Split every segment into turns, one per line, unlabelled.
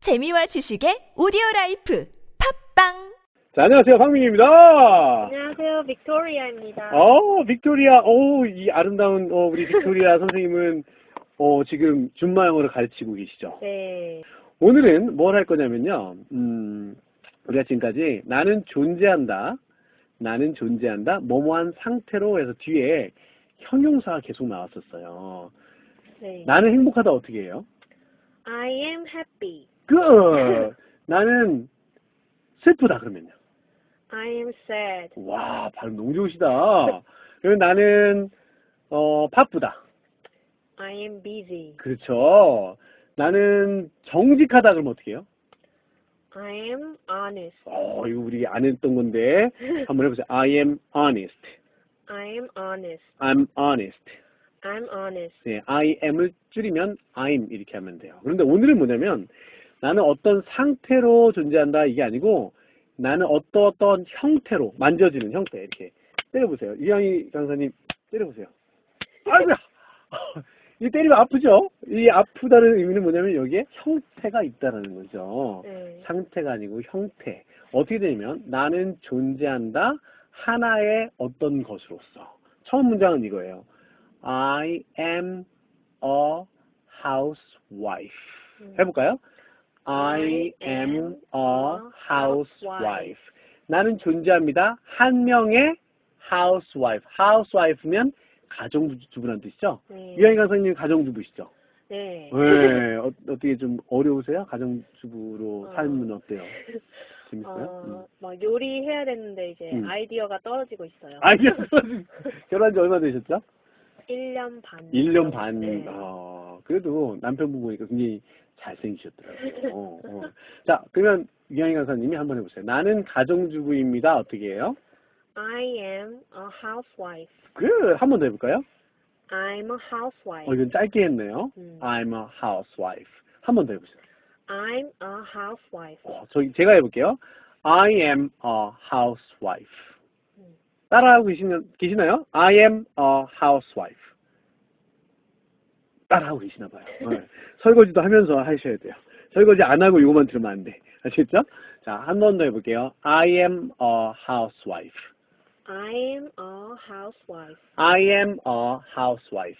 재미와 지식의 오디오 라이프 팝빵!
자, 안녕하세요. 황민입니다.
안녕하세요, 빅토리아입니다.
어, 빅토리아. 오, 이 아름다운 어, 우리 빅토리아 선생님은 어, 지금 준마영어를 가르치고 계시죠.
네.
오늘은 뭘 할 거냐면요. 음, 우리가 지금까지 나는 존재한다. 나는 존재한다. 뭐뭐한 상태로 해서 뒤에 형용사가 계속 나왔었어요.
네.
나는 행복하다 어떻게 해요?
I am happy.
good. 나는 슬프다 그러면요.
I am sad.
와, 발음 너무 좋으시다. 그리고 나는, 어, 바쁘다.
I am busy.
그렇죠. 나는 정직하다 그러면 어떻게 해요?
I am honest.
어, 이거 우리 안 했던 건데. 한번 해보세요. I am honest.
I am honest.
I'm honest.
I'm honest.
네, I am을 줄이면 I'm 이렇게 하면 돼요. 그런데 오늘은 뭐냐면 나는 어떤 상태로 존재한다 이게 아니고 나는 어떠어떤 형태로 만져지는 형태 이렇게 때려보세요. 이영희 강사님 때려보세요. 아이고야. 이 때리면 아프죠? 이 아프다는 의미는 뭐냐면 여기에 형태가 있다라는 거죠.
네.
상태가 아니고 형태. 어떻게 되냐면 나는 존재한다 하나의 어떤 것으로서. 처음 문장은 이거예요. I am a housewife.
음.
해볼까요? I am a housewife. 나는 존재합니다. 한 명의 housewife. housewife면 가정주부란 뜻이죠.
네.
유영희 강사님 가정주부시죠?
네.
네. 어, 떻게좀 어려우세요? 가정주부로
어.
삶은 어때요? 재밌어요? 음.
어, 막 요리해야 되는데 이제
음.
아이디어가 떨어지고 있어요.
아니요. 결혼한 지 얼마 되셨죠?
1년 반.
1년 반.
네.
어, 그래도 남편분 보니까 굉장히 잘생기셨더라고요. 어, 어. 자, 그러면 유영희 강사님이 한번 해보세요. 나는 가정주부입니다. 어떻게 해요?
I am a housewife.
그, 한 번 더 해볼까요?
I'm a housewife.
어, 이건 짧게 했네요.
음.
I'm a housewife. 한 번 더 해보세요.
I'm a housewife.
어, 저기 제가 해볼게요. I am a housewife.
음.
따라하고 계시는, 계시나요? I am a housewife. 따라하고 계시나 봐요. 네. 설거지도 하면서 하셔야 돼요. 설거지 안 하고 이것만 들으면 안 돼. 아시겠죠? 자, 한 번 더 해볼게요. I am a housewife.
I am a housewife.
I am a housewife.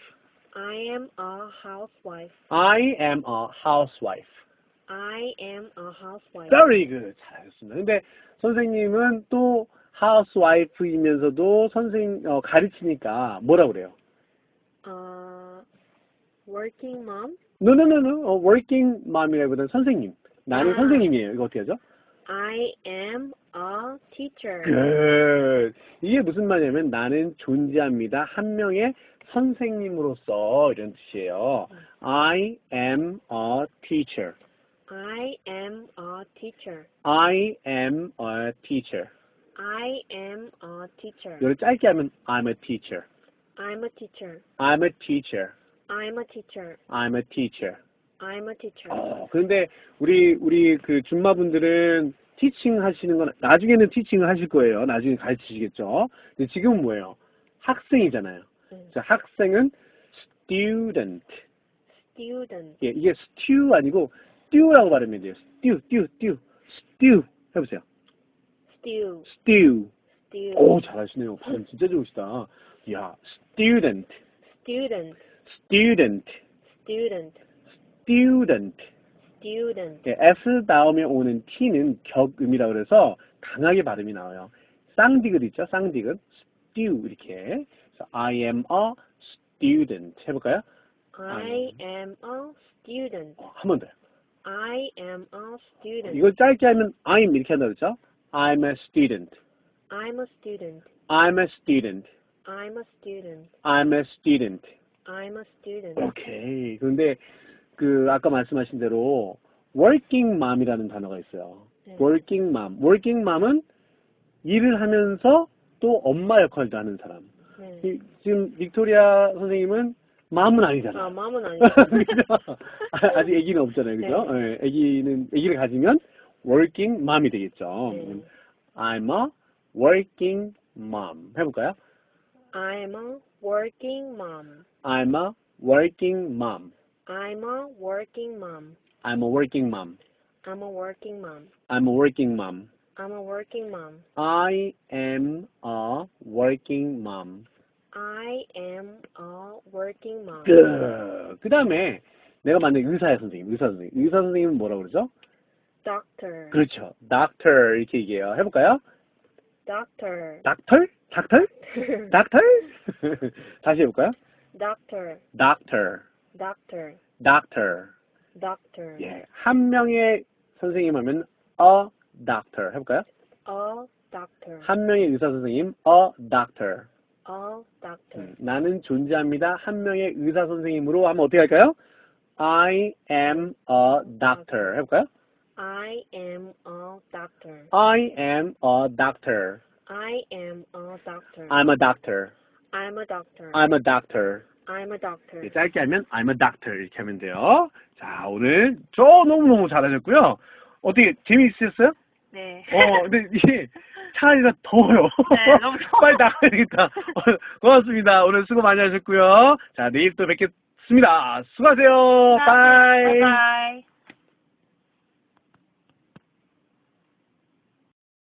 I am a housewife.
I am a housewife.
I am a housewife.
Very good. 잘하셨습니다. 근데 선생님은 또 하우스와이프이면서도 선생 어, 가르치니까 뭐라 그래요?
Uh, working mom.
No, no, no, no. 어, working mom이라기보다는 선생님. 나는
아.
선생님이에요. 이거 어떻게 하죠?
I am a teacher.
Good. 이게 무슨 말이냐면 나는 존재합니다. 한 명의 선생님으로서 이런 뜻이에요. I am a teacher.
I am a teacher.
I am a teacher.
I am a teacher.
이걸 짧게 하면 I'm a teacher.
I'm a teacher.
I'm a teacher.
I'm a teacher.
I'm a teacher.
I'm a teacher.
어, 그런데 우리 우리 그 준마분들은 티칭 하시는 건 나중에는 티칭을 하실 거예요. 나중에 가르치시겠죠. 근데 지금은 뭐예요? 학생이잖아요.
음.
그래서 학생은 student.
Student.
예, 이게 stew 아니고 stew라고 발음해야 돼요. stew, stew, stew, stew. 해보세요.
Stew.
stew.
Stew.
오, 잘하시네요. 발음 진짜 좋으시다. 야, student,
Student.
student,
Student.
student.
Student.
예, S 다음에 오는 T는 격음이라 그래서 강하게 발음이 나와요. 쌍디귿 있죠? 쌍디귿. stew 이렇게. 그래서 I am a student. 해볼까요?
I am a student.
어, 한번 더요.
I am a student.
이걸 짧게 하면 I'm 이렇게 한다 그랬죠? I'm a student.
I'm a student.
I'm a student.
I'm a student.
I'm a student.
I'm a student.
오케이. 그런데 그 아까 말씀하신 대로 working mom이라는 단어가 있어요.
네.
working mom. working mom은 일을 하면서 또 엄마 역할도 하는 사람.
네.
이- 지금 빅토리아 선생님은 마음은 아니잖아.
아,
요
마음은 아니죠. 네.
아직 아기는 없잖아요, 그죠? 예, 아기는 아기를 가지면 working mom이 되겠죠. 음,
네.
I'm a working mom. 해볼까요?
I'm a working mom.
I'm a working mom.
I'm a working mom.
I'm a working mom.
I'm a working mom.
I'm a working mom.
I'm a working mom.
I am a working mom.
I am a working mom.
끝. 그 다음에 내가 만약에 의사야 선생님, 의사 선생님. 의사 선생님은 뭐라고 그러죠?
Doctor.
그렇죠. doctor 이렇게 얘기해요. 해볼까요?
Doctor.
doctor? doctor? doctor? 다시 해볼까요?
Doctor.
doctor,
Doctor.
doctor.
Doctor.
예, 한 명의 선생님 하면 a doctor 해볼까요?
A doctor.
한 명의 의사 선생님 a doctor.
A doctor.
음, 나는 존재합니다. 한 명의 의사 선생님으로 하면 어떻게 할까요? I am a doctor 해볼까요?
I am a doctor.
I am a doctor.
I am a doctor.
I'm a doctor.
I'm a doctor.
I'm a doctor.
I'm a doctor.
예, 짧게 하면 I'm a doctor 이렇게 하면 돼요. 자 오늘 저 너무너무 잘하셨고요. 어떻게 재미있으셨어요?
네.
어, 근데 이게 차이가 더워요.
네, 너무 더워요.
빨리 나가야 되겠다. 어, 고맙습니다. 오늘 수고 많이 하셨고요. 자, 내일 또 뵙겠습니다. 수고하세요. 빠이.
바이바이.